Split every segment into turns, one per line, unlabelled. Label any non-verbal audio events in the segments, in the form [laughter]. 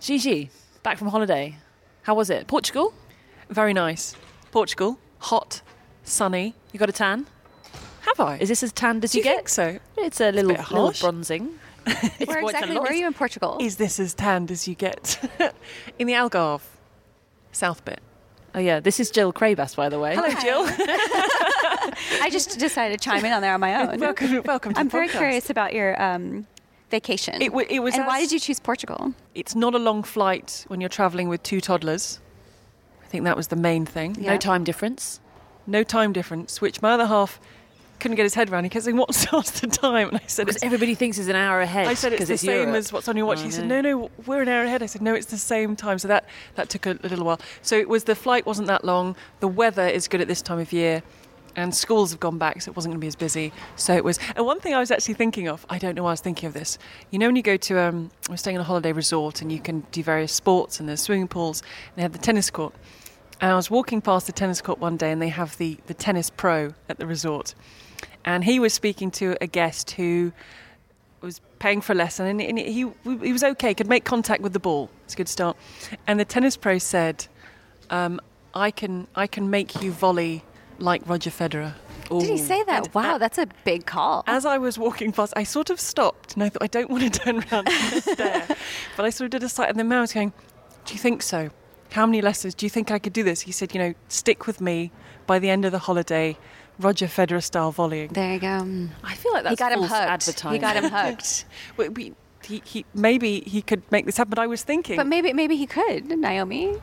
Gigi, back from holiday. How was it? Portugal?
Very nice. Portugal, hot, sunny.
You got a tan?
Have I?
Is this as tanned as
Do
you,
you
get?
think so?
It's a little,
bit
little
harsh.
bronzing. It's
Where
quite a
exactly
lot.
were you in Portugal?
Is this as tanned as you get? [laughs] In the Algarve, south bit.
Oh yeah, this is Jill Crabas, by the way.
Hello, Jill.
I just decided to chime in on there on my own.
welcome, [laughs] welcome. To
I'm
the
very
podcast.
curious about your um, vacation.
It, w- it was.
and why
as-
did you choose Portugal?
It's not a long flight when you're travelling with two toddlers. I think that was the main thing.
Yeah.
No time difference.
No time difference, which my other half couldn't get his head around. He kept saying, "What's [laughs] what's the time?" And I said,
Because
it's,
everybody thinks it's an hour ahead.
"I said it's
'cause
the same
Europe. [laughs]
as what's on your watch."
I
he said,
know.
"No, no, we're an hour ahead." I said, "No, it's the same time." So that that took a, a little while. So it was the flight wasn't that long. The weather is good at this time of year. And schools have gone back, so it wasn't going to be as busy. So it was. And one thing I was actually thinking of, I don't know why I was thinking of this. You know, when you go to, um, I was staying in a holiday resort and you can do various sports and there's swimming pools and they have the tennis court. And I was walking past the tennis court one day, and they have the, the tennis pro at the resort. And he was speaking to a guest who was paying for a lesson, and, and he, he was okay, could make contact with the ball. It's a good start. And the tennis pro said, um, I, can, I can make you volley like Roger Federer.
Did he say that?
uh,
wow, that's a big call.
As I was walking past, I sort of stopped and I thought, I don't want to [laughs] turn around and stare. But I sort of did a sight, and the man was going, Do you think so? How many lessons? Do you think I could do this? He said, You know, stick with me by the end of the holiday, Roger Federer style volleying.
there you go.
I feel like that's
he got him
false
hooked.
advertising.
He got him hooked.
[laughs] We- we- he, he, maybe he could make this happen, but I was thinking.
but maybe maybe he could, Naomi.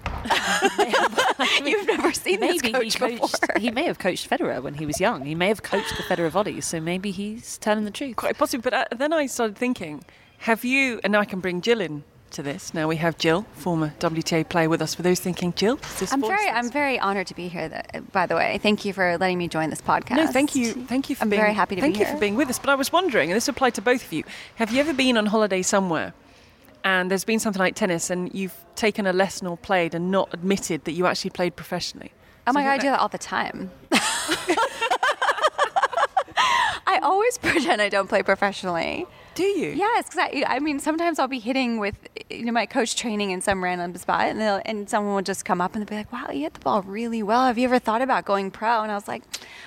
You've
[laughs]
never seen
Maybe
this coach
he coached.
before.
He may have coached Federer when he was young. He may have coached the Federer volley. So maybe he's telling the truth.
quite possibly. But uh, then I started thinking, have you, and I can bring Jill in to this. Now we have Jill, former WTA player, with us. For those thinking, Jill, is this
I'm
false?
very I'm very honored to be here. That, by the way, thank you for letting me join this podcast.
No, thank you. Thank you for
I'm
being
very happy to
Thank
be
you
here.
for being with us. But I was wondering, and this applied to both of you, have you ever been on holiday somewhere and there's been something like tennis and you've taken a lesson or played and not admitted that you actually played professionally?
Oh my
So
god, I
that-
do that all the time. [laughs] I always pretend I don't play professionally.
Do you?
Yes, because I, I mean, sometimes I'll be hitting with you know my coach training in some random spot, and they'll, and someone will just come up and they'll be like, "Wow, you hit the ball really well. Have you ever thought about going pro?" And I was like,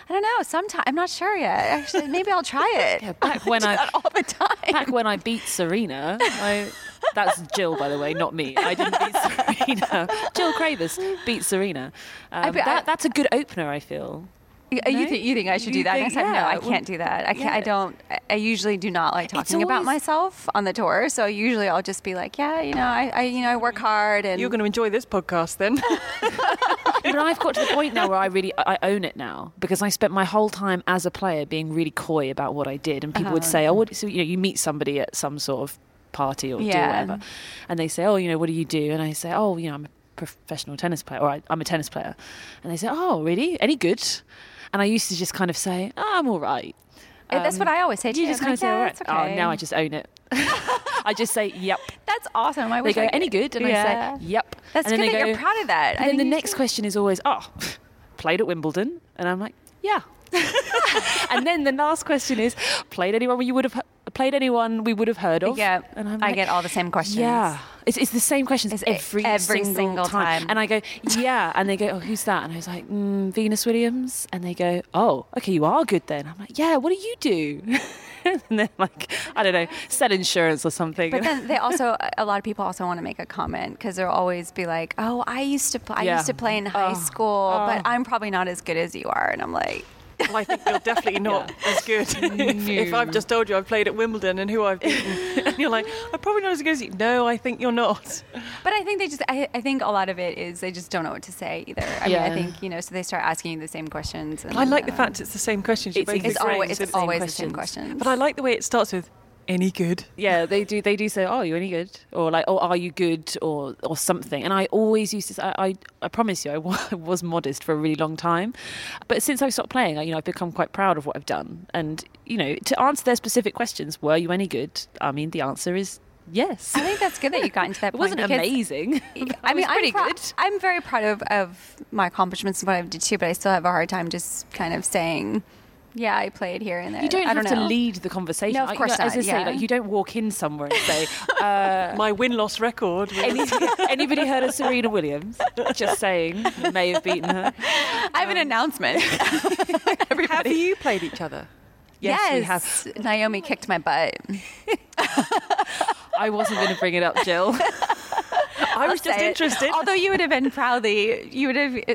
"I don't know. Sometime I'm not sure yet. Actually, maybe I'll try [laughs] it."
Back
[laughs]
when I
all the
[laughs]
time. [laughs]
back when I beat Serena, I, that's Jill, by the way, not me. I didn't beat Serena. [laughs] Jill Cravers beat Serena. Um,
be- I-
that, that's a good opener, I feel.
You,
No?
you, think you think I should
You
do that?
think-
and I said,
yeah,
no, I
it would-
can't do that. I can't. I
yeah.
don't. I- I usually do not like talking about
always-
myself on the tour. So usually I'll just be like, yeah, you know, I, I you know, I work hard and
You're going to enjoy this podcast then.
but I've got to the point now where I really I own it now because I spent my whole time as a player being really coy about what I did, and people would
Uh-huh.
say, "Oh, what?" So you know, you meet somebody at some sort of party or
Yeah.
do whatever, and they say, "Oh, you know, what do you do?" And I say, "Oh, you know, I'm a professional tennis player, or I, I'm a tennis player," and they say, "Oh, really? Any good?" And I used to just kind of say, oh, "I'm all right."
Yeah, that's what I always say
um, You
too.
just
I'm
kind
like,
of say,
"Yeah,
"All right." Oh,
it's okay."
now I just own it. [laughs] I just say, "Yep."
[laughs] That's awesome. I
They
wish
go,
I
"Any good?" And
Yeah.
I say, "Yep."
That's
and then
good
they
that you're
go,
proud of that.
and then the next question is always, oh, [laughs] played at Wimbledon? And I'm like,
[laughs]
yeah. and then the last question is, played anyone you would have played anyone we would have heard of?
yeah,
And I'm
I
like,
get all the same questions.
Yeah, it's, it's the same questions
It's
every,
every single time.
And I go, yeah, and they go, oh, who's that? And I was like, mm, Venus Williams. And they go, oh, okay, you are good then. I'm like, yeah, what do you do? [laughs] and they're like, I don't know, sell insurance or something.
But then they also, a lot of people also want to make a comment because they'll always be like, "Oh, I used to, pl- I
Yeah.
used to play in high
Oh.
school,
Oh.
but I'm probably not as good as you are." And I'm like,
well, I think you're definitely not as good. [laughs] if, if I've just told you I've played at Wimbledon and who I've beaten, [laughs] and you're like, I'm probably not as good as you. No, I think you're not.
But I think they just, I, I think a lot of it is they just don't know what to say either. I mean,
Yeah.
I think, you know, so they start asking you the same questions. And,
I like the
um,
fact it's the same questions. you
It's
both
it's
exactly
agree.
always,
the
it's
same
always the same
questions.
questions.
But I like the way it starts with, any good?
Yeah, they do. They do say, "Oh, you any good?" or like, "Oh, are you good?" or or something. And I always used to. Say, I, I I promise you, I wa- [laughs] was modest for a really long time, but since I've stopped playing, I, you know, I've become quite proud of what I've done. And you know, to answer their specific questions, were you any good? I mean, the answer is yes.
[laughs] I think that's good that you got into that
It
point.
wasn't
because- [laughs]
amazing. [laughs]
I mean,
was pretty
I'm prou-
good.
I'm very proud of, of my accomplishments and what I've did too, but I still have a hard time just kind of saying Yeah, I played here and there.
You don't
I
have
don't
to
know.
lead the conversation.
No, of
I- you
course
know, As I
not,
say,
yeah.
like you don't walk in somewhere and
[laughs]
say, uh,
My win loss record. was-
anybody, [laughs] anybody heard of Serena Williams? Just saying, you may have beaten her.
I have an
[laughs]
announcement.
[laughs] Have you played each [laughs] other?
we
[laughs]
yes, Naomi kicked my butt.
I wasn't going to bring it up, Jill.
I was just
say it.
interested.
[laughs] Although you would have been proudly, you would have uh,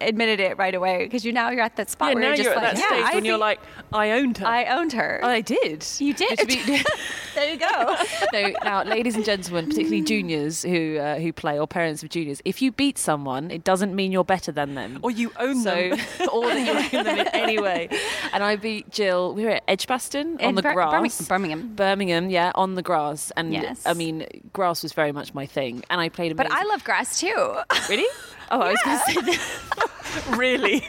admitted it right away because you now you're at that spot
Yeah,
where
now
you're just
you're at
like,
that
yeah,
stage
I
when you're
think
like, I owned her.
I owned her.
I did.
you [laughs] did.
Which we-
[laughs]
[laughs]
there you go.
[laughs] no, now, ladies and gentlemen, particularly juniors who uh, who play or parents of juniors, if you beat someone, it doesn't mean you're better than them.
or you own
so,
[laughs] them.
[laughs] or that you own them in any way. And I beat Jill. We were at Edgbaston on
In
the
Bir- Birming-
grass,
Birmingham.
Birmingham, yeah, on the grass. And
Yes.
I mean, grass was very much my thing, and I played.
But I
amazing-
love grass too. [laughs]
really. Oh, I was going to say
really?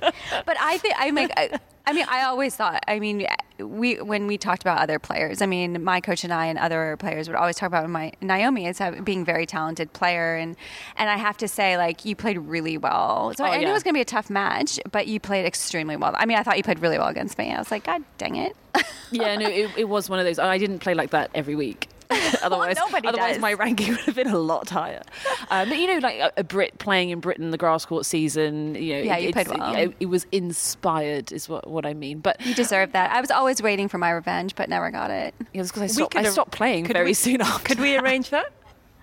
but I think I'm like. I, I mean, I always thought. I mean, we when we talked about other players. I mean, my coach and I and other players would always talk about my Naomi as have, being a very talented player, and and I have to say, like, you played really well. So
Oh,
I knew
yeah.
it was going to be a tough match, but you played extremely well. I mean, I thought you played really well against me. I was like, God dang it! [laughs]
Yeah, no, it, it was one of those. I didn't play like that every [laughs] week. otherwise,
nobody
otherwise
does.
my ranking [laughs] would have been a lot higher. Um, but you know, like a, a Brit playing in Britain the grass court season, you know,
Yeah,
it,
you played
it's-
well.
It, it was inspired, is what, what I mean. But
You deserve that. I was always waiting for my revenge, but never got it.
it was because I stopped,
could
I
ar-
stopped playing
could
very [laughs]
we-
soon after.
Could we arrange that?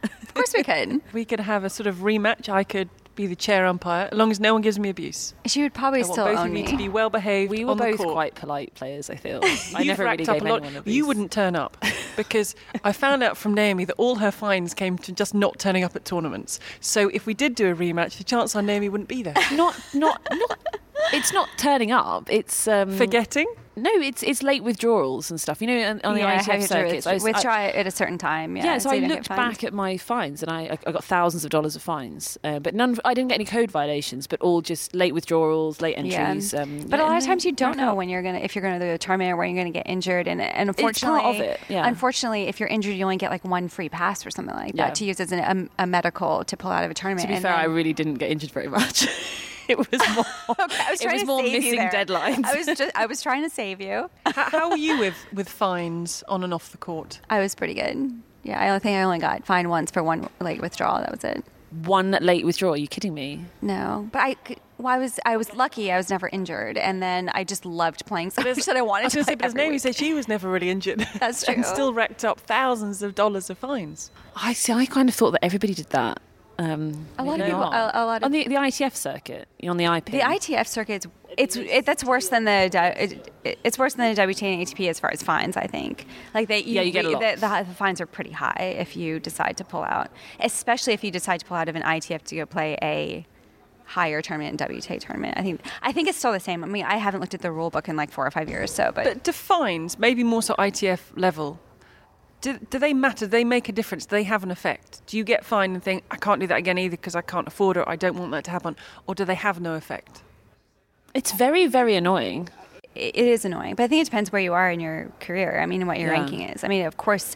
Of course, we could.
[laughs]
[laughs]
We could have a sort of rematch. I could be the chair umpire, as long as no one gives me abuse.
She would probably
I want
still
both
own
of
me.
you to be well behaved.
We were
on the
both
court.
quite polite players, I [laughs] feel. I
You've
never really
racked up
gave
a lot.
anyone abuse.
You
[laughs]
wouldn't turn up because I found out from Naomi that all her fines came to just not turning up at tournaments. So if we did do a rematch, the chance on Naomi wouldn't be there.
Not, not, not. It's not turning up. It's um,
Forgetting?
No, it's it's late withdrawals and stuff. You know, on, on
Yeah, I
the ITF
have to
circuits, I was- I-
withdraw at a certain time. Yeah,
Yeah, so,
you
I
don't get
looked
fined.
back at my fines, and I, I got thousands of dollars of fines, uh, but none. I didn't get any code violations, but all just late withdrawals, late entries.
Yeah.
Um, yeah,
but a lot
and
of
they
times you don't
rack
know
up.
when you're gonna if you're gonna do a tournament or when you're gonna get injured, and, and
It's
unfortunately,
part of it, yeah.
unfortunately, if you're injured, you only get like one free pass or something like
Yeah.
that to use as an, um, a, a medical to pull out of a tournament.
To be
and
fair, I
[laughs] then-
really didn't get injured very much. [laughs] it
[laughs]
was more.
I was
it
trying
was
to
more
save you
missing
there.
deadlines.
I was just I was trying to save you.
How, how were you with, with fines on and off the court?
I was pretty good. Yeah, I only think I only got fined once for one like withdrawal. That was it.
One late withdrawal. Are you kidding me?
No, but I, c- well, I was I was lucky. I was never injured, and then I just loved playing so much
There's-
that I
I
wanted
[laughs]
was
to
gonna say,
play
but as
every
Naomi
week.
said, she was never really injured.
That's
[laughs] and
true.
still racked up thousands of dollars of fines.
I see. I kind of thought that everybody did that. Um,
A lot of
maybe
people-
not.
a- a lot of-
on the, the ITF circuit, on the IP.
The ITF circuit, it's it, that's worse than the di- it, it- it's worse than the WTA and ATP as far as fines. I think like they
Yeah, you get a lot.
The, the, the fines are pretty high if you decide to pull out, especially if you decide to pull out of an ITF to go play a higher tournament and WTA tournament. I think I think it's still the same. I mean, I haven't looked at the rule book in like four or five years, so but,
But do fines, maybe more so ITF level, do, do they matter? Do they make a difference? Do they have an effect? Do you get fined and think, I can't do that again either because I can't afford it or I don't want that to happen? Or do they have no effect?
It's very, very annoying.
it, it is annoying. But I think it depends where you are in your career. I mean, and what your
Yeah.
ranking is. I mean, of course,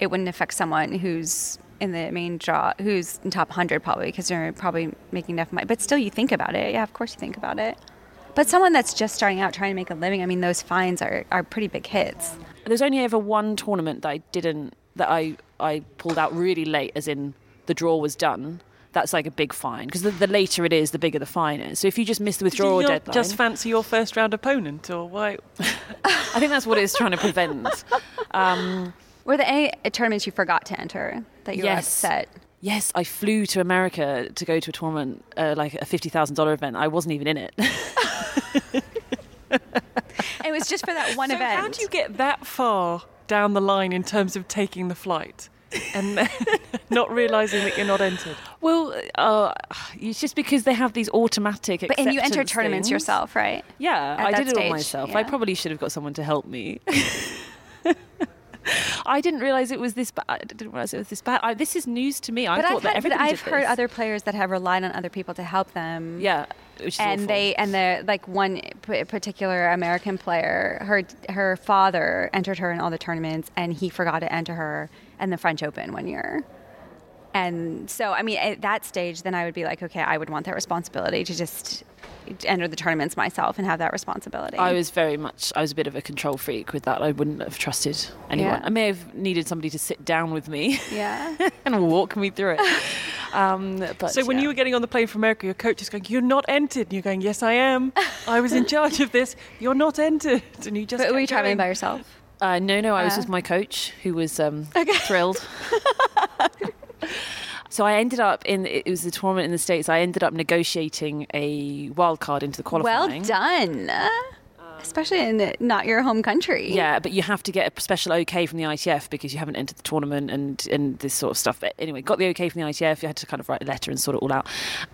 it wouldn't affect someone who's in the main draw, who's in top 100 probably, because they're probably making enough money. But still, you think about it. Yeah, of course you think about it. But someone that's just starting out trying to make a living, I mean, those fines are, are pretty big hits.
There's only ever one tournament that I didn't that I I pulled out really late, as in the draw was done. That's like a big fine because the, the later it is, the bigger the fine is. So if you just miss the
Do
withdrawal
you not
deadline,
just fancy your first round opponent or why?
I think that's what it's trying to
[laughs]
prevent. Um,
Were there any tournaments you forgot to enter that you were
Yes.
upset?
yes, I flew to America to go to a tournament, uh, like a fifty thousand dollar event. I wasn't even in it.
It was just
[laughs]
for that one
so
event.
how do you get that far down the line in terms of taking the flight and then [laughs] not realizing that you're not entered?
well, uh, it's just because they have these automatic.
but, and you enter
acceptance
tournaments
things.
yourself, right?
Yeah,
at
I
that
did it all
stage,
myself.
yeah.
I probably should have got someone to help
[laughs]
me. I didn't realize it was this bad. I didn't realize it was this bad. I, this is news to me. I
but
thought
I've,
that
had- but
everybody
I've
did
heard
this.
other players that have relied on other people to help them.
Yeah, which is
and
awful.
they and the like one p- particular American player, her her father entered her in all the tournaments, and he forgot to enter her in the French Open one year. And so, I mean, at that stage, then I would be like, okay, I would want that responsibility to just enter the tournaments myself and have that responsibility.
I was very much, I was a bit of a control freak with that. I wouldn't have trusted anyone.
Yeah.
I may have needed somebody to sit down with me [laughs]
yeah.
and walk me
[laughs]
through it. Um, but
So when
yeah.
you were getting on the plane from America, your coach is going, "You're not entered." And you're going, "Yes, I am. I was in charge of this. You're not entered." And you just
But were
kept
you traveling by
going.
yourself?
Uh, no, no, I was
Uh.
with my coach who was um, thrilled. so I ended up in it was the tournament in the states. I ended up negotiating a wild card into the qualifying. Um,
Well done. Especially in not your home country.
Yeah, but you have to get a special OK from the ITF because you haven't entered the tournament and and this sort of stuff. But anyway, got the OK from the ITF. You had to kind of write a letter and sort it all out.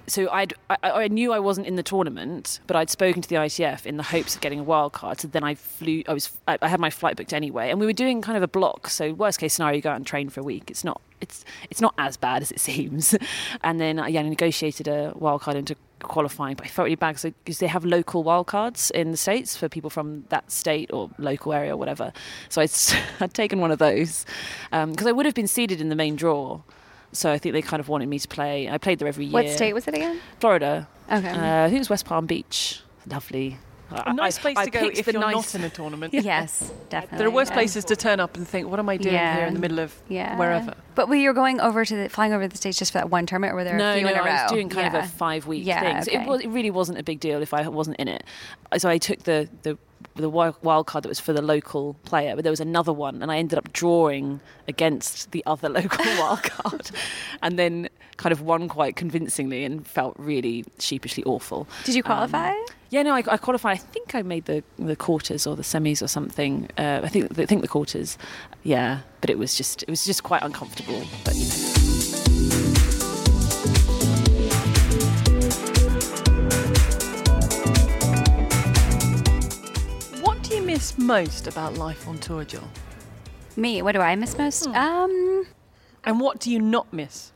So I'd, I I knew I wasn't in the tournament, but I'd spoken to the ITF in the hopes of getting a wild card. So then I flew. I was I, I had my flight booked anyway, and we were doing kind of a block. So worst case scenario, you go out and train for a week. It's not. It's it's not as bad as it seems, and then uh, yeah, I negotiated a wild card into qualifying, but I felt really bad because they have local wild cards in the states for people from that state or local area or whatever. So I'd, s- [laughs] I'd taken one of those because I would have been seeded in the main draw. So I think they kind of wanted me to play. I played there every year.
What state was it again?
Florida.
Okay.
Uh, I think it was West Palm Beach. Lovely. I-
A nice
I-
place
I
to go
picked
if
the
you're
nice-
not in a tournament.
[laughs] Yes, definitely.
There are worse
yeah.
places to turn up and think, "What am I doing
Yeah.
here in the middle of
Yeah.
wherever?"
But were you going over to the, flying over to the States just for that one tournament or were there
no,
a few
no,
in a row?
I was doing kind of
Yeah.
a five week
Yeah,
thing. So
okay.
it, was, it really wasn't a big deal if I wasn't in it. So I took the, the the wi- wild card that was for the local player, but there was another one, and I ended up drawing against the other [laughs] local wild card, and then kind of won quite convincingly and felt really sheepishly awful.
Did you qualify?
Yeah, no, I, I qualified. I think I made the the quarters or the semis or something. Uh, I think I think the quarters. Yeah, but it was just it was just quite uncomfortable. But you know.
What do you miss most about life on tour, Jill?
Me, what do I miss most?
Hmm.
Um,
And what do you not miss?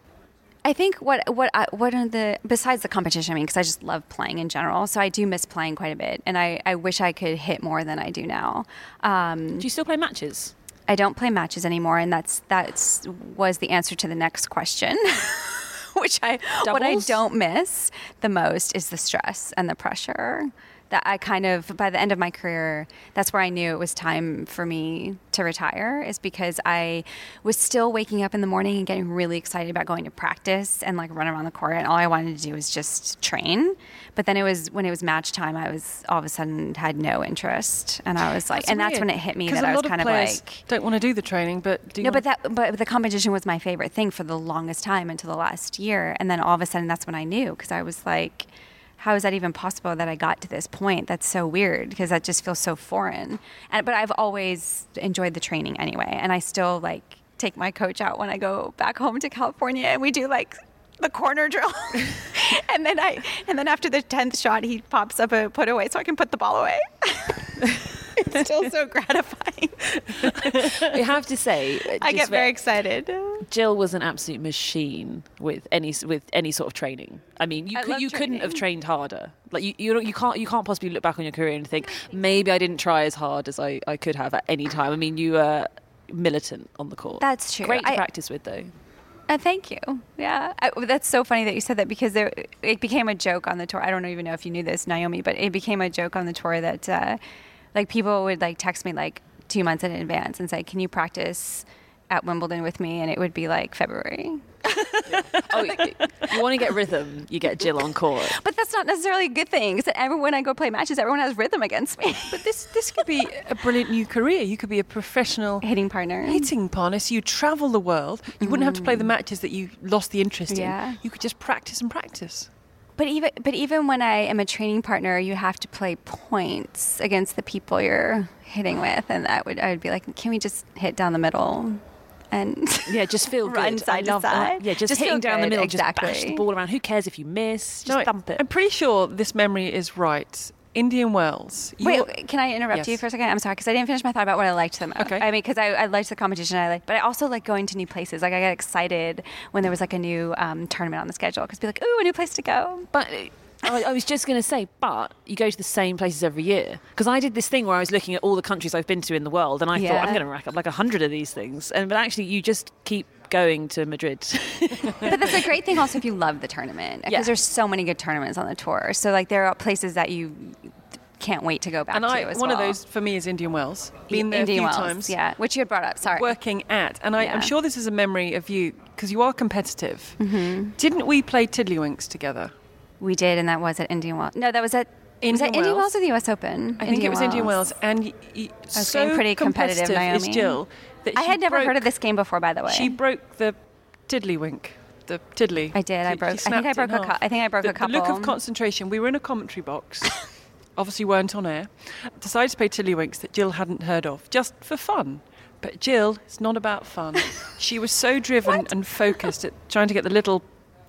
I think what what I, what are the besides the competition? I mean, because I just love playing in general, so I do miss playing quite a bit, and I, I wish I could hit more than I do now. Um,
Do you still play
[laughs]
matches?
I don't play matches anymore, and that's that's was the answer to the next question, [laughs] which I what I
Doubles?
don't miss the most is the stress and the pressure that I kind of by the end of my career, that's where I knew it was time for me to retire is because I was still waking up in the morning and getting really excited about going to practice and like run around the court, and all I wanted to do was just train. But then it was when it was match time, I was all of a sudden had no interest, and I was like, and that's when it hit me that I was kind of like
don't want to do the training, but do you
no, but that but the competition was my favorite thing for the longest time until the last year, and then all of a sudden that's when I knew because I was like, how is that even possible that I got to this point? That's so weird because that just feels so foreign. And, but I've always enjoyed the training anyway, and I still like take my coach out when I go back home to California, and we do like the corner drill. [laughs] and then I and then after the 10th shot he pops up a put away so I can put the ball away. [laughs] it's still so gratifying.
I have to say, uh,
I
just
get very
that
excited.
Jill was an absolute machine with any s- with any sort of training. I mean, you
I
could,
love
you couldn't have
training.
trained harder. Like you, you don't- you can't you can't possibly look back on your career and think maybe I didn't try as hard as I, I could have at any time. I mean, you were militant on the court.
That's true.
Great to
I-
practice with though.
Uh, thank you. Yeah, I, that's so funny that you said that because there, it became a joke on the tour. I don't even know if you knew this, Naomi, but it became a joke on the tour that uh, like people would like text me like two months in advance and say, "Can you practice at Wimbledon with me?" And it would be like February.
Oh, you want to get rhythm, you get Jill on court.
But that's not necessarily a good thing because everyone I go play matches, everyone has rhythm against me.
But [laughs] this this could be a brilliant new career. You could be a professional
[laughs] Hitting partner.
hitting partner. So you travel the world. You wouldn't have to play the matches that you lost the interest
Mm. Yeah.
in. You could just practice and practice.
But even but even when I am a training partner, you have to play points against the people you're hitting with, and that would I would be like, can we just hit down the middle? And [laughs]
Yeah, just feel
Run
good.
side
I
to
love that.
side.
Yeah, just,
Just
hitting
feel
down the
good,
middle, just bash
exactly.
the ball around. Who cares if you miss? Just
No, I-
thump it.
I'm pretty sure this memory is right. Indian Wells. You-
wait, can I interrupt you
Yes.
for a second? I'm sorry because I didn't finish my thought about what I liked the most.
Okay.
I mean, because I, I liked the competition, I like, but I also like going to new places. Like I got excited when there was like a new um, tournament on the schedule because be like, ooh, a new place to go.
But I, I was just going to say, but you go to the same places every year. Because I did this thing where I was looking at all the countries I've been to in the world, and I thought
Yeah.
I'm going to rack up like a hundred of these things. And but actually, you just keep going to
[laughs]
Madrid.
but that's a great thing also if you love the tournament because
Yeah.
there's so many good tournaments on the tour. So like there are places that you can't wait to go back
And
to
I,
as
one of
well.
those for me is Indian Wells. Been there
Indian
a few
Wells,
times.
Yeah, which you had brought up. Sorry.
Working at, and I,
Yeah.
I'm sure this is a memory of you because you are competitive.
Mm-hmm.
Didn't we play Tiddlywinks together?
We did, and that was at Indian Wells. No, that was at was
Indian
that Indian
Wells?
Wells or the U.S. Open?
I think it was Indian Wells, and y- y-
I was
so
getting pretty competitive,
is
Naomi.
Jill. That
I
she
had never heard
broke-
of this game before, by the way.
She broke the Tiddlywink. The tiddly.
I did. I
She- she
broke- I think
snapped it
I
in
broke a cou-
half.
I think I broke
the,
a
The look of
couple.
concentration. We were in a commentary
[laughs]
box. obviously weren't on air. Decided to play Tiddlywinks that Jill hadn't heard of, just for fun. But Jill, it's not about
[laughs]
fun. she was so driven and focused at trying to get the little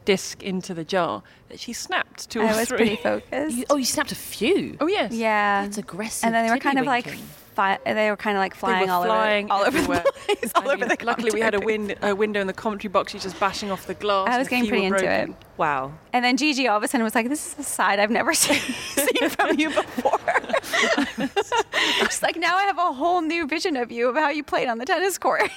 disc into the jar that she snapped two or
I was
three.
pretty focused.
You- oh, you snapped a few.
Oh yes.
yeah,
That's aggressive
And then they were kind of like,
tiddlywinking.
fi- they were kind of like
They were
flying all
flying
over, all over the
everywhere.
[laughs] place, all
I
over
mean,
the
luckily, we had a,
commentary.
win- a window in the commentary box. She's just bashing off the glass.
I
and
was
a
getting
few were
pretty into
broken.
it.
[laughs] wow.
And then Gigi all of a sudden was like, "This is a side I've never [laughs] seen, seen from you before." [laughs] She's like, "Now I have a whole new vision of you of how you played on the tennis court."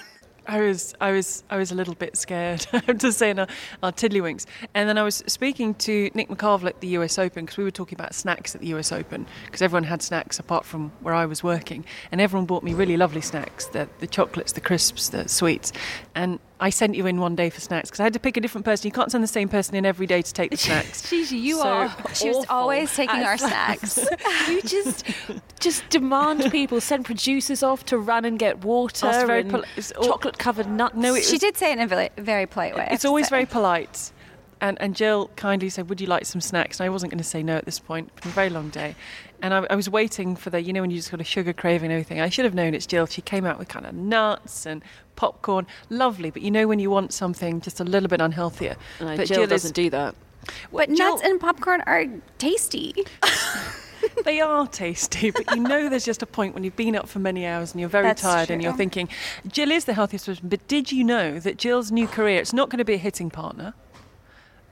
I was, I was, I was a little bit scared. [laughs] I have to say, in our, uh, our tiddlywinks. And then I was speaking to Nick McCarville at the U.S. Open because we were talking about snacks at the U.S. Open because everyone had snacks apart from where I was working, and everyone bought me really lovely snacks: the the chocolates, the crisps, the sweets. And I sent you in one day for snacks because I had to pick a different person. You can't send the same person in every day to take the snacks.
Gigi, you
So
are.
[laughs] She was
awful
always taking
at
our
snacks. [laughs]
snacks.
you
[laughs]
just just demand people send producers off to run and get water
Asked very
and
poli- it's all-
chocolate covered nuts.
No, [laughs] it
she
was-
did say oh. it in a very, very polite way. I have
It's
to
always
say.
very polite. And, and Jill kindly said, Would you like some snacks? And I wasn't going to say no at this point. It's been a very long day. And I, I was waiting for the, you know, when you just got a sugar craving and everything. I should have known it's Jill. She came out with kind of nuts and popcorn. Lovely. But you know, when you want something just a little bit unhealthier.
No,
but
Jill,
is-
doesn't do that.
well,
But nuts
Jill-
and popcorn are tasty.
they are tasty, [laughs] but you know there's just a point when you've been up for many hours and you're very
That's
tired and you're
true.
thinking, Jill is the healthiest person, but did you know that Jill's new career, it's not going to be a hitting partner.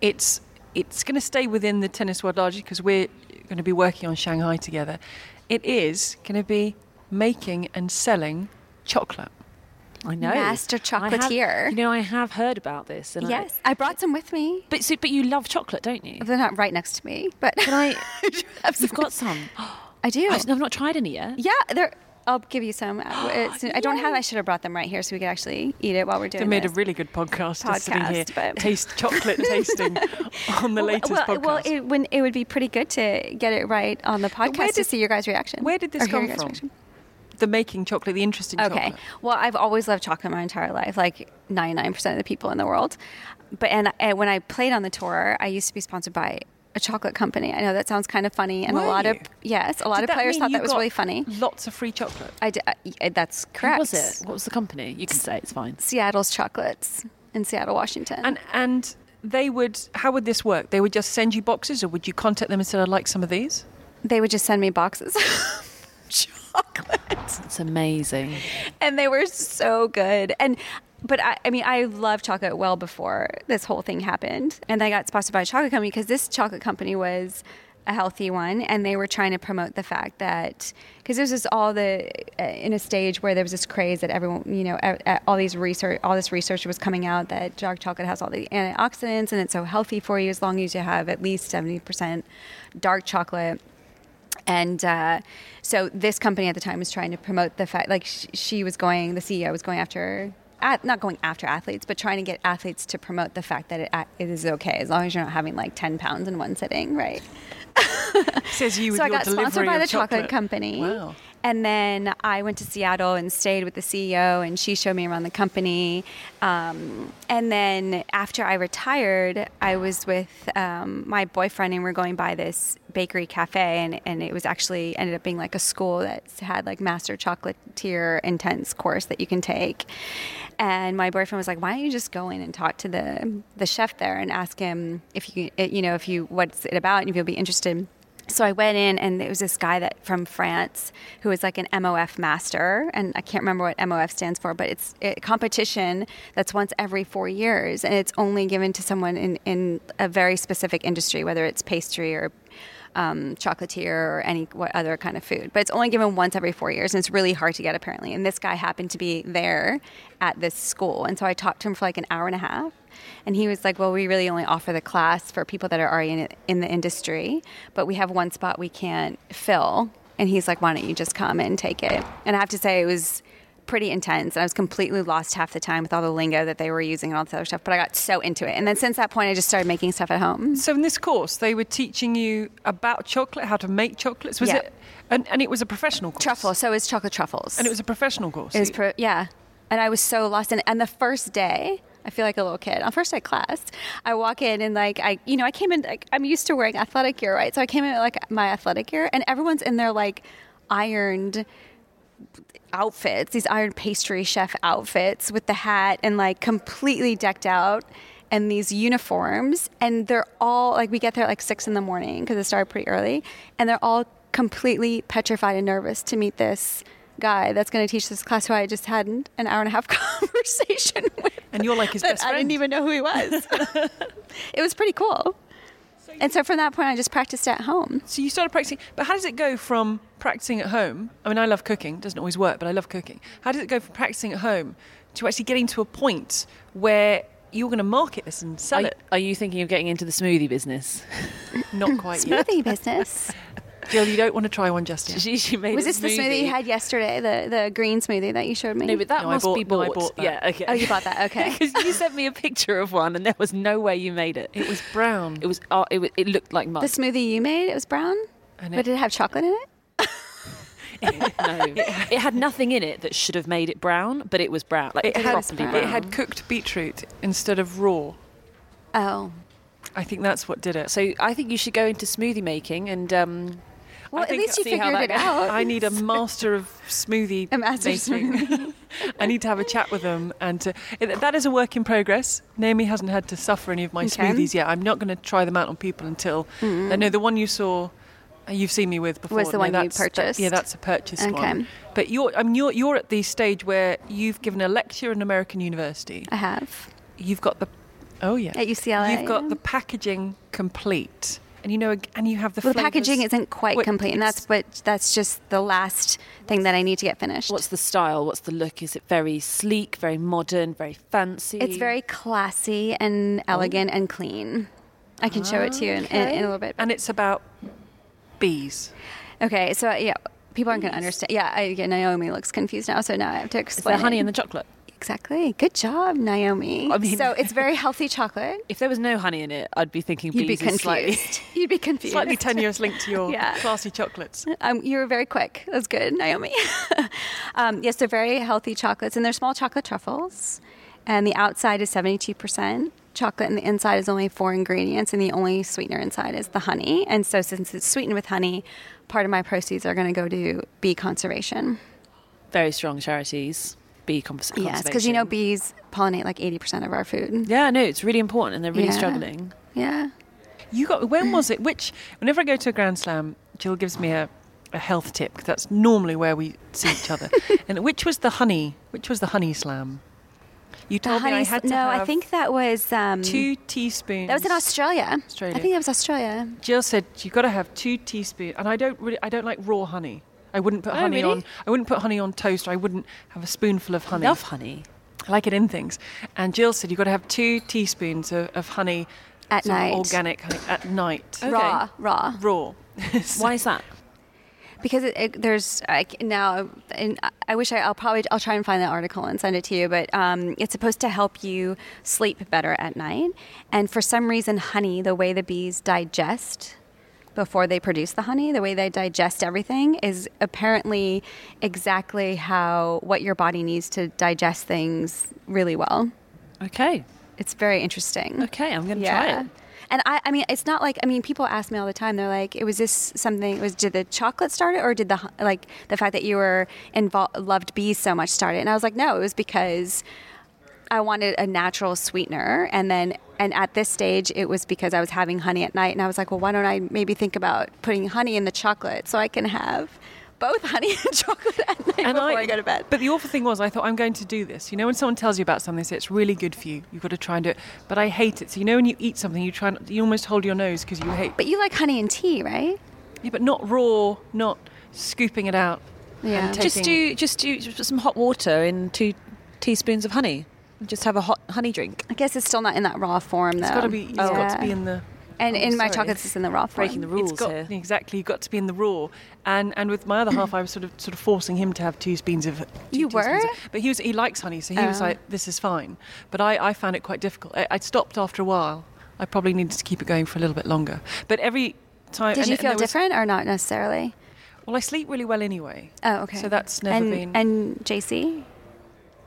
It's it's going to stay within the tennis world largely because we're going to be working on Shanghai together. It is going to be making and selling chocolate.
I know.
Master
I have-
chocolatier.
you know, I have heard about this. And I-
yes, I brought some with me.
but so, but you love chocolate, don't you?
They're not right next to me, but
Can
[laughs]
I? You've got some.
I do.
I, have not tried any yet.
yeah, they're. I'll give
[gasps]
you some. Uh, it's- I don't have. I should have brought them right here so we could actually eat it while we're doing.
They made a
this.
really good podcast, just sitting here,
Podcast, but-
taste
[laughs]
chocolate tasting on the
well,
latest
well,
podcast.
Well, it, when, it would be pretty good to get it right on the podcast to
did-
see your guys' reaction.
Where did this
or hear
come
your guys'
from?
reaction.
The making chocolate, the interest in
Okay.
chocolate.
Well, I've always loved chocolate my entire life, like 99% of the people in the world. But and, and when I played on the tour, I used to be sponsored by a chocolate company. I know that sounds kind of funny, and
Were
a lot of
you?
yes, a lot
Did
of players
mean
thought
you
that was
got
really funny.
Lots of free chocolate.
I d- I- that's
Who
correct.
was it? What was the company? You can say it's fine.
Seattle's chocolates in Seattle, Washington.
And and they would how would this work? They would just send you boxes or would you contact them and say I'd like some of these?
[laughs] they would just send me boxes. [laughs] of chocolate.
It's amazing.
and they were so good. And but I, I mean, I loved chocolate well before this whole thing happened. And I got sponsored by a chocolate company because this chocolate company was a healthy one, and they were trying to promote the fact that because this is all the uh, in a stage where there was this craze that everyone, you know, e- e- all these research, all this research was coming out that dark chocolate has all the antioxidants and it's so healthy for you as long as you have at least seventy percent dark chocolate. And uh, so this company at the time was trying to promote the fact, like sh- she was going, the CEO was going after, at, not going after athletes, but trying to get athletes to promote the fact that it, a- it is okay as long as you're not having like 10 pounds in one sitting, right?
Says you with
so I
your
got sponsored
delivery
by
of
the chocolate, company.
Wow.
And then I went to Seattle and stayed with the CEO, and she showed me around the company. Um, and then after I retired, I was with um, my boyfriend, and we are going by this bakery cafe, and, and it was actually ended up being like a school that's had like master chocolatier intense course that you can take. And my boyfriend was like, "Why don't you just go in and talk to the the chef there and ask him if you you know if you what's it about and if you'll be interested." So I went in, and there was this guy that from France who was like an MOF master, and I can't remember what MOF stands for, but it's a competition that's once every four years, and it's only given to someone in, in a very specific industry, whether it's pastry or um, chocolatier or any what other kind of food. But it's only given once every four years, and it's really hard to get apparently. And this guy happened to be there at this school, and so I talked to him for like an hour and a half. And he was like, Well, we really only offer the class for people that are already in, in the industry, but we have one spot we can't fill. And he's like, Why don't you just come and take it? And I have to say, it was pretty intense. And I was completely lost half the time with all the lingo that they were using and all this other stuff, but I got so into it. And then since that point, I just started making stuff at home.
So in this course, they were teaching you about chocolate, how to make chocolates. Was
Yeah.
it? And, and it was a professional course.
Truffle, so it's chocolate truffles.
And it was a professional course.
It was pro- yeah, and I was so lost. And and the first day, I feel like a little kid. On first day of class, I walk in and like I, you know, I came in. Like, I'm used to wearing athletic gear, right? So I came in with, like my athletic gear, and everyone's in their like ironed outfits, these iron pastry chef outfits with the hat and like completely decked out. And these uniforms, and they're all like, we get there at like six in the morning because it started pretty early, and they're all completely petrified and nervous to meet this guy that's going to teach this class who I just had an an hour and a half [laughs] conversation with.
And you're like his
that
best
I didn't
friend.
even know who
[laughs]
he was. it was pretty cool. And so from that point, I just practiced at home.
So you started practicing, but how does it go from practicing at home? I mean, I love cooking; doesn't always work, but I love cooking. How does it go from practicing at home to actually getting to a point where you're going to market this and sell
Are,
it?
are you thinking of getting into the smoothie business? [laughs]
Not
[laughs]
quite yet,
Smoothie business.
Jill. You don't want to try one just yet.
She, she made
Was
a
this the smoothie you had yesterday, the, the green smoothie that you showed me?
No, but that
No, I
must
bought-
be
no, I
bought.
bought that.
Yeah, okay. [laughs]
oh, you bought that. Okay.
Because you sent me a picture of one, and there was no way you made it.
It was brown.
It was. Uh, it, wa- it looked like mud.
the smoothie you made, it was brown,
And
but
it-
did it have chocolate in it?
[laughs]
[laughs]
no, it had nothing in it that should have made it brown, but it was brown. Like
it had,
properly
brown.
brown.
it had cooked beetroot instead of raw.
Oh.
I think that's what did it.
So I think you should go into smoothie making and. Um,
Well, at
think
least you
see how
figured it
that goes. [laughs]
out.
I need a master of smoothie.
A master of
making. [laughs] I need to have a chat with them, and to, it- that is a work in progress. Naomi hasn't had to suffer any of my
Okay.
smoothies yet. I'm not going to try them out on people until. I know the one you saw, uh, you've seen me with before.
Was the
no,
one you
that's- that- yeah,
purchased?
that's a purchase
Okay.
one. But you're, I mean, you're you're at the stage where you've given a lecture in an American university.
I have.
You've got the, oh yeah,
At UCLA,
You've got
yeah.
the packaging complete, and you know, ag- and you have the.
Well, the
flavours.
packaging isn't quite
Wait,
complete, and
it's-
that's what that's just the last thing that I need to get finished.
what's the style? What's the look? Is it very sleek, very modern, very fancy?
it's very classy and
Oh.
elegant and clean. I can show it to you in, in, in a little bit.
and it's about
[laughs]
bees.
okay, so yeah, people aren't going to understand. Yeah, I, yeah, Naomi looks confused now, so now I have to
It's
explain.
the honey
it.
and the chocolate.
exactly. Good job, Naomi.
I mean-
so it's very healthy chocolate.
If there was no honey in it, I'd be thinking
You'd be
bees is
confused. [laughs]
slightly.
You'd be confused.
Slightly tenuous link to your
[laughs] Yeah.
classy chocolates.
Um, you were very quick. That's good, Naomi. [laughs] um, yes, they're very healthy chocolates, and they're small chocolate truffles. And the outside is 72% chocolate, and the inside is only four ingredients, and the only sweetener inside is the honey. And so, since it's sweetened with honey, part of my proceeds are going to go to bee conservation.
[laughs] Very strong charities. Bee cons-
Yes, because you know
conservation.
bees pollinate like 80% of our food.
Yeah, no, it's really important, and they're really
Yeah.
struggling.
Yeah.
You got when was it? Which whenever I go to a grand slam, Jill gives me a, a health tip 'cause that's normally where we see each
[laughs]
other. and which was the honey? Which was the honey slam? You
The
told me I
honey-
had to
no,
have
I think that was um,
two teaspoons.
That was in Australia.
Australia.
I think that was Australia.
Jill said you've got to have two teaspoons, and I don't really, I don't like raw honey. I wouldn't put
Oh,
honey
really?
on. I wouldn't put honey on toast. I wouldn't have a spoonful of honey.
Love honey.
I like it in things. And Jill said you've got to have two teaspoons of, of honey
At
sort of
night.
organic honey at night,
Okay.
Raw, raw.
raw. [laughs]
Why is that?
because it, it, there's I c now and I- I wish I, I'll probably I'll try and find that article and send it to you but um, it's supposed to help you sleep better at night and for some reason honey the way the bees digest before they produce the honey the way they digest everything is apparently exactly how what your body needs to digest things really well
Okay,
it's very interesting
okay, I'm going to try it.
and I, I mean, it's not like I mean, people ask me all the time. They're like, "It was this something? Was did the chocolate start it, or did the hu- like the fact that you were involved loved bees so much start it?" And I was like, "No, it was because I wanted a natural sweetener, and then and at this stage, it was because I was having honey at night, and I was like, well, why don't I maybe think about putting honey in the chocolate so I can have both [laughs] honey and chocolate at night before I, go to bed.
But the awful thing was, I thought I'm going to do this. You know, when someone tells you about something, they say it's really good for you. You've got to try and do it. But I hate it. So you know, when you eat something, you try and you almost hold your nose because you hate.
But you like honey and tea, right?
Yeah, but not raw, not scooping it out.
Yeah.
and taking,
Just do just do just put some hot water in two teaspoons of honey. And Just have a hot honey drink.
I guess it's still not in that raw form though.
It's got to be. It's
Oh,
got to be in the.
And
oh,
in my
sorry.
chocolates, it's in the raw form.
Breaking the
It's
rules
got
here.
exactly. You've got to be in the raw, and and with my other half, I was sort of sort of forcing him to have two spoons of. two
You
teaspoons
were?
of- but he was he likes honey, so he was
Oh.
like, "This is fine." But I I found it quite difficult. I, I stopped after a while. I probably needed to keep it going for a little bit longer. But every time,
Did
and-
you
and
feel
there was-
different or not necessarily?
Well, I sleep really well anyway.
Oh, okay.
So that's never
and,
been-
And JC,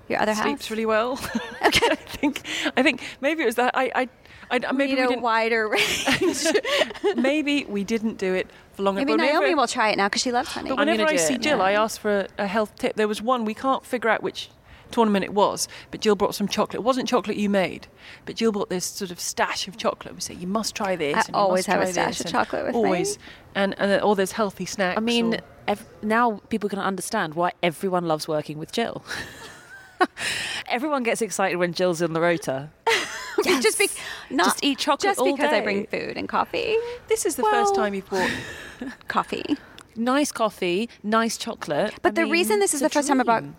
your other half
Sleeps really well. [laughs] Okay. I think I think maybe it was that I I. I, maybe
Need
we
a
didn't.
wider range.
[laughs] Maybe we didn't do it for long.
Maybe
but
Naomi
I-
will try it now because she loves honey.
But
I'm
whenever
gonna
I
do
see
it,
Jill,
yeah.
I ask for a, a health tip. There was one we can't figure out which tournament it was, but Jill brought some chocolate. It wasn't chocolate you made, but Jill brought this sort of stash of chocolate. We say you must try this.
I
and you
always
must
have a
try
stash
this,"
of
and
chocolate with me.
always, and and then all those healthy snacks.
I mean,
or-
ev- now people can understand why everyone loves working with Jill. [laughs] everyone gets excited when Jill's in the rotor.
Yes. just, be, not,
Just eat chocolate
just
all
because I
day.
bring food and coffee.
this is the
well-
first time you've bought.
Coffee.
Nice coffee, nice chocolate.
But
I
the
mean,
reason this is
it's
the
a
first time I bought
dream.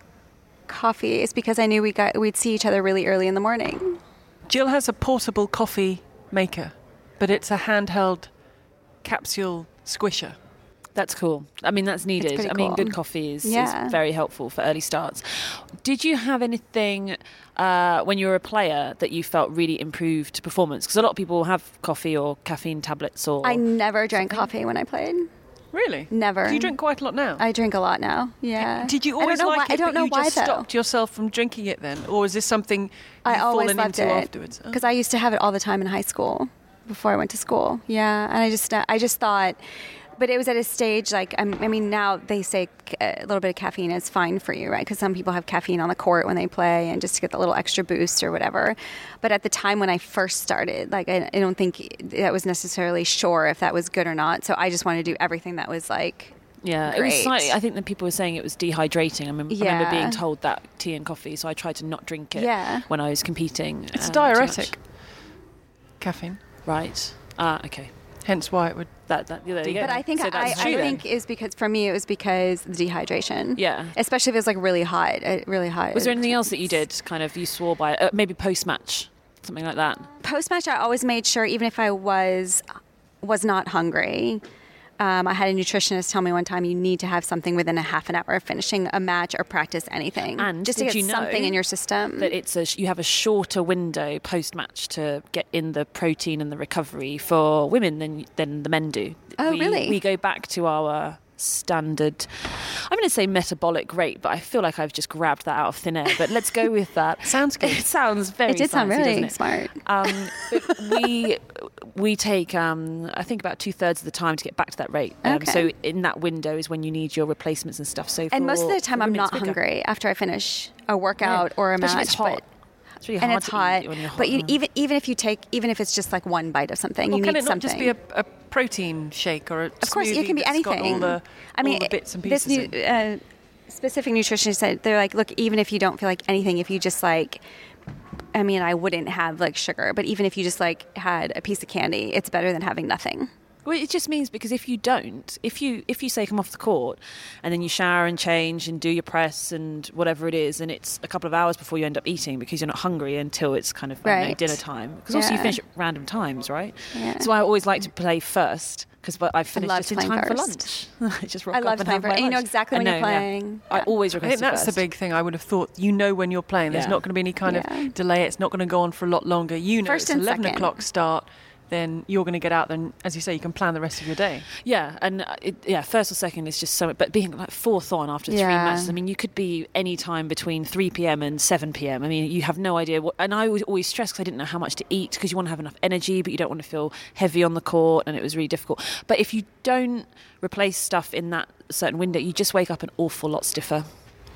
coffee is because I knew we got we'd see each other really early in the morning.
Jill has a portable coffee maker, but it's a handheld capsule squisher.
That's cool. I mean, that's needed.
pretty
I mean,
cool.
good coffee is,
Yeah.
is very helpful for early starts. Did you have anything uh, when you were a player that you felt really improved performance? Because a lot of people have coffee or caffeine tablets or.
I never drank coffee when I played.
Really?
Never.
Do you drink quite a lot now?
I drink a lot now. Yeah.
Did you
I don't
always
know
like
why,
it?
I
but
don't know
you
why
just
though.
stopped yourself from drinking it then, or is this something you've
I always
fallen
loved
into
it
afterwards? Oh.
because I used to have it all the time in high school before I went to school. Yeah, and I just I just thought, but it was at a stage like I'm, I mean now they say c- uh, a little bit of caffeine is fine for you, right? Because some people have caffeine on the court when they play and just to get the little extra boost or whatever. But at the time when I first started, like I, I don't think that was necessarily sure if that was good or not. So I just wanted to do everything that was like
Yeah, it
Great.
was slightly. I think that people were saying it was dehydrating. I, remem- I
Yeah.
remember being told that tea and coffee, so I tried to not drink it
Yeah.
when I was competing.
It's a
um, too much.
diuretic. Oh, Caffeine.
right? Ah, okay.
Hence why it would.
That that yeah, there you go.
But I think
So
I,
that's
I
true then.
think is because for me it was because the dehydration.
Yeah.
Especially if it was like really hot, uh, really hot.
Was there anything else that you did? Kind of you swore by uh, maybe post match something like that.
Post match, I always made sure, even if I was was not hungry. Um, I had a nutritionist tell me one time you need to have something within a half an hour of finishing a match or practice anything,
And
just to
did
get
you know
something in your system.
That it's a sh- you have a shorter window post match to get in the protein and the recovery for women than than the men do.
Oh,
we,
really?
We go back to our standard. I'm going to say metabolic rate, but I feel like I've just grabbed that out of thin air. But let's go
[laughs]
with that.
Sounds good.
It sounds very.
it did sound
sciencey,
really
doesn't it?
smart.
Um, but we we take um, I think about two thirds of the time to get back to that rate. Um,
Okay.
So in that window is when you need your replacements and stuff. So
And most of
for-
the time,
for
I'm
women,
not
it's quicker.
hungry after I finish a
Yeah.
workout or a
Especially if
match.
it's
but-
hot. It's really
and
hard
it's
to eat
hot,
when you're hot.
but you,
Mm.
even even if you take even if it's just like one bite of something,
Or
you
can
need
it not
something.
just be a, a protein shake or a
Of course, it can be anything.
Got all the,
I mean,
all the bits and
this
pieces.
new
in.
uh, specific nutritionist said they're like, look, even if you don't feel like anything, if you just like, I mean, I wouldn't have like sugar, but even if you just like had a piece of candy, it's better than having nothing.
Well, it just means because if you don't, if you if you say come off the court, and then you shower and change and do your press and whatever it is, and it's a couple of hours before you end up eating because you're not hungry until it's kind of I don't know,
Right.
dinner time. Because also you
Yeah.
finish at random times, right?
Yeah.
That's why I always like to play first because I've finished
loved
just in
playing
time
first.
for lunch. [laughs] just rock
I
up
loved
and have
playing
my
first. And you know
lunch.
exactly
I
when you're
know, yeah.
playing.
I
Yeah.
always
I
request
think that's the big thing. I would have thought you know when you're playing. There's
Yeah.
not going to be any kind
Yeah.
of delay. It's not going to go on for a lot longer. You know,
First
it's
and
11
second.
o'clock start. Then you're going to get out. Then, as you say, you can plan the rest of your day.
Yeah, and uh, it, yeah, first or second is just so. But being like fourth on after three
Yeah.
matches, I mean, you could be any time between three p.m. and seven p.m. I mean, you have no idea. What, and I was always stressed because I didn't know how much to eat because you want to have enough energy, but you don't want to feel heavy on the court, and it was really difficult. But if you don't replace stuff in that certain window, you just wake up an awful lot stiffer.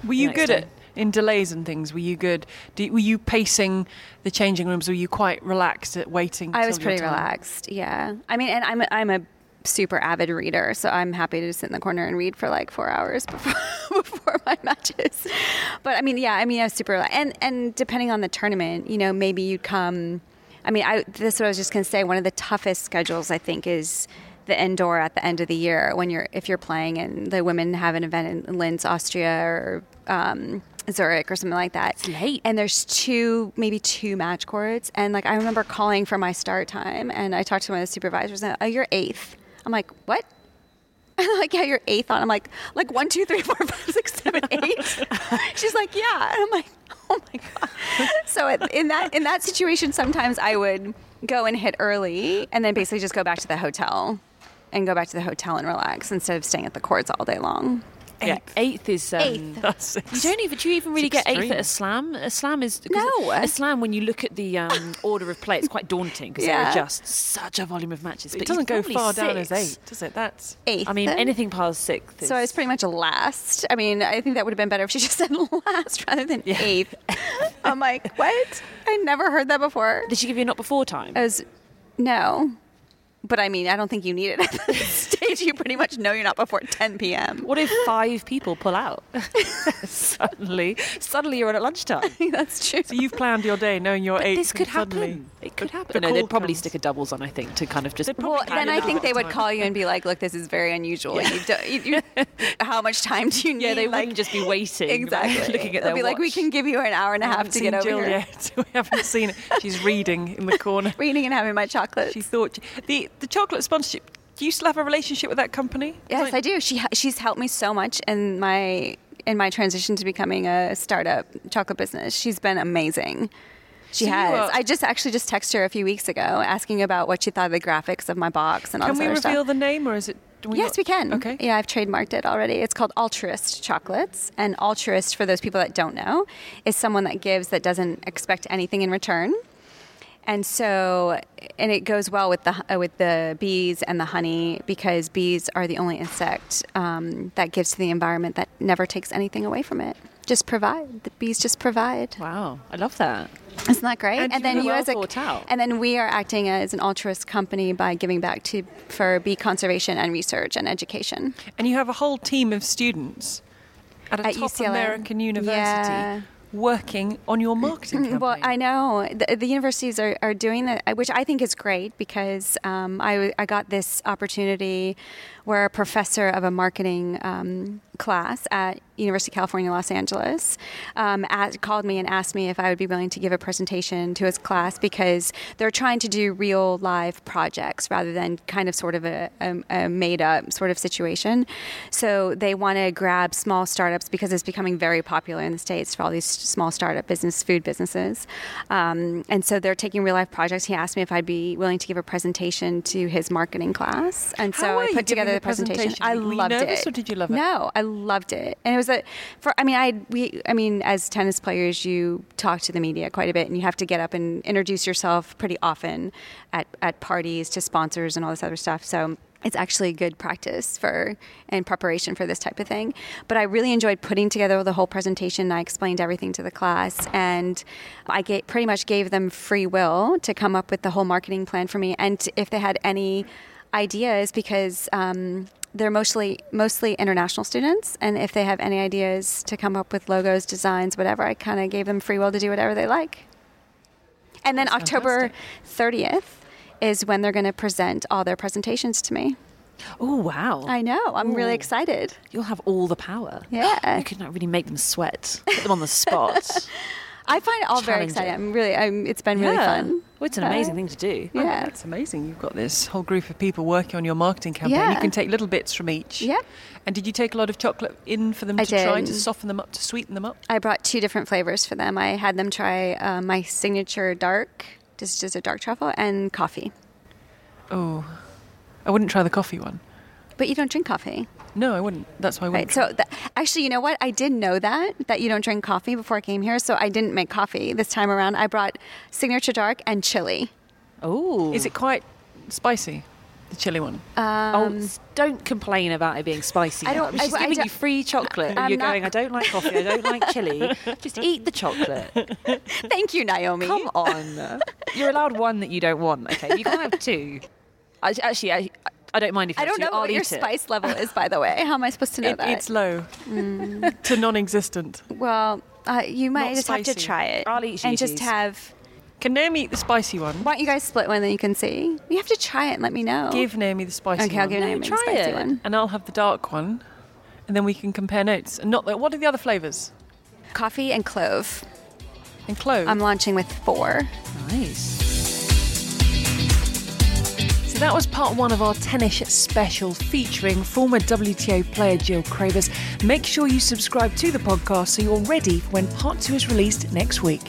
Were you
next
good
day.
at in delays and things? Were you good? Do, were you pacing the changing rooms? Were you quite relaxed at waiting?
I was
till your
pretty
time?
relaxed. Yeah. I mean, and I'm a, I'm a super avid reader, so I'm happy to just sit in the corner and read for like four hours [laughs] before before my matches. But I mean, yeah, I mean, I was super and and depending on the tournament, you know, maybe you'd come. I mean, I this is what I was just gonna say. One of the toughest schedules I think is the indoor at the end of the year when you're if you're playing and the women have an event in Linz, Austria, or um, Zurich or something like that.
It's late.
And there's two, maybe two match courts. And like I remember calling for my start time, and I talked to one of the supervisors, and oh, you're eighth. I'm like, what? [laughs] And they're like, yeah, you're eighth on. I'm like, like one, two, three, four, five, six, seven, eight. She's like, yeah. And I'm like, oh my god. So it- in that in that situation, sometimes I would go and hit early, and then basically just go back to the hotel, and go back to the hotel and relax instead of staying at the courts all day long.
Yeah, eighth is um,
[laughs]
Eighth.
That's it.
You don't even do you even really
It's
get eighth
extreme.
at a slam? A slam is 'cause
No.
A slam when you look at the um, order of play, it's quite daunting because there
Yeah.
are just such a volume of matches. But you'd
It doesn't go
probably
far down as
six.
eight, does it? That's
Eighth.
I mean,
then?
anything past sixth. Is,
So I was pretty much last. I mean, I think that would have been better if she [laughs] just said last rather than eighth.
[laughs]
I'm like, what? I never heard that before.
Did she give you a not before time?
I was, no. But I mean, I don't think you need it at this [laughs] stage. You pretty much know you're not before 10 p.m.
what if five people pull out? [laughs] suddenly, suddenly you're on at [laughs] lunchtime.
[laughs] That's true.
so you've planned your day knowing you're eighth.
This
and
could
suddenly
happen. It
the-
could happen.
the
No,
call
they'd probably
comes.
stick a doubles on. I think to kind of just.
They'd probably
Well,
count
then
it
I
out
think
at
they
the
would
time.
call you and be like, "Look, this is very unusual. You don't,
[laughs]
you, you, how much time do you need?"
yeah, they
like,
wouldn't just be waiting. [laughs]
exactly
looking at their
They'll be like, "We
watch.
can give you an hour and a
I
half
haven't
to
seen
get over
Jill
here,
yet. [laughs] we haven't seen it. She's reading in the corner.
[laughs] reading and having my chocolate."
She thought the the chocolate sponsorship. Do you still have a relationship with that company?
Yes, I do. She she's helped me so much in my in my transition to becoming a startup chocolate business. She's been amazing. She
So you
has.
are-
I just actually just texted her a few weeks ago asking about what she thought of the graphics of my box and all
Can
this
we
other
reveal
stuff.
the name, or is it? do
yes,
not-
we can.
Okay.
Yeah, I've trademarked it already. It's called Altruist Chocolates, and altruist for those people that don't know is someone that gives that doesn't expect anything in return. And so, and it goes well with the uh, with the bees and the honey because bees are the only insect um, that gives to the environment that never takes anything away from it. Just provide. The bees just provide.
Wow, I love that.
Isn't that great?
And you were well thought out.
and then we are acting as an altruist company by giving back to for bee conservation and research and education.
And you have a whole team of students at a
At
top
UCLA.
American university
Yeah.
working on your marketing campaign.
[clears throat] [laughs] Well, I know the, the universities are, are doing that, which I think is great because um, I, I got this opportunity where a professor of a marketing um, class at University of California, Los Angeles, um, at, called me and asked me if I would be willing to give a presentation to his class because they're trying to do real live projects rather than kind of sort of a, a, a made up sort of situation. So they want to grab small startups because it's becoming very popular in the States for all these small startup business, food businesses. Um, and so they're taking real life projects. He asked me if I'd be willing to give a presentation to his marketing class. And
How
so
were
I
you giving
put together
the
the presentation.
presentation?
I
Were you
loved
nervous
it.
or did you love it?
No, I loved it. And it was a, for, I mean, I, we, I mean, as tennis players, you talk to the media quite a bit and you have to get up and introduce yourself pretty often at, at parties to sponsors and all this other stuff. So it's actually good practice for and preparation for this type of thing. But I really enjoyed putting together the whole presentation. I explained everything to the class, and I ga- pretty much gave them free will to come up with the whole marketing plan for me. And if they had any ideas, because um, they're mostly mostly international students, and if they have any ideas to come up with logos, designs, whatever, I kind of gave them free will to do whatever they like. And then October thirtieth is when they're going to present all their presentations to me.
Oh wow!
I know. I'm really
Ooh.
excited.
You'll have all the power.
Yeah.
You can like, really make them sweat. Put them on
[laughs]
the spot.
I find it all very
Challenge it.
exciting. I'm really. I'm, it's been really
Yeah.
fun.
Well, it's an
Yeah.
amazing thing to do.
Oh,
Yeah.
that's amazing. You've got this whole group of people working on your marketing campaign. You
Yeah.
can take little bits from each.
Yep.
And did you take a lot of chocolate in for them
I
to try to
did.
soften them up, to sweeten them up?
I brought two different flavors for them. I had them try uh, my signature dark, just just a dark truffle, and coffee.
Oh, I wouldn't try the coffee one.
But you don't drink coffee,
No, I wouldn't. That's why I wouldn't.
right? So th- actually, you know what? I did know that that you don't drink coffee before I came here, so I didn't make coffee this time around. I brought signature dark and chili.
Oh,
Is it quite spicy, the chili one?
oh, s- don't complain about it being spicy.
Um, I
now.
don't-
She's
I- I
giving
don't- Um,
you free chocolate.
I'm
You're
not-
going. I don't like coffee. I don't like chili.
[laughs]
Just eat the chocolate.
[laughs] Thank you, Naomi.
Come [laughs]
[laughs]
on. You're allowed one that you don't want. Okay, you can have two. I, actually, I, I don't mind if you
I
have
don't
to.
know
I'll
what
eat
your
it.
spice level is, by
[laughs]
the way. How am I supposed to know
It,
that? Mm.
it's low [laughs] to non-existent.
well, uh, you might just have to
spicy.
try it
I'll eat
and just
Gigi's.
have.
Can Naomi eat the spicy one?
Why don't you guys split one, then you can see. You have to try it and let me know.
Give Naomi the spicy
okay,
one.
I'll give
No,
Naomi the
try
spicy
it.
one.
and I'll have the dark one, and then we can compare notes. And not the, what are the other flavors?
Coffee and clove.
And clove.
I'm launching with four.
Nice.
so that was part one of our tennis special featuring former WTA player Jill Cravers. Make sure you subscribe to the podcast so you're ready for when part two is released next week.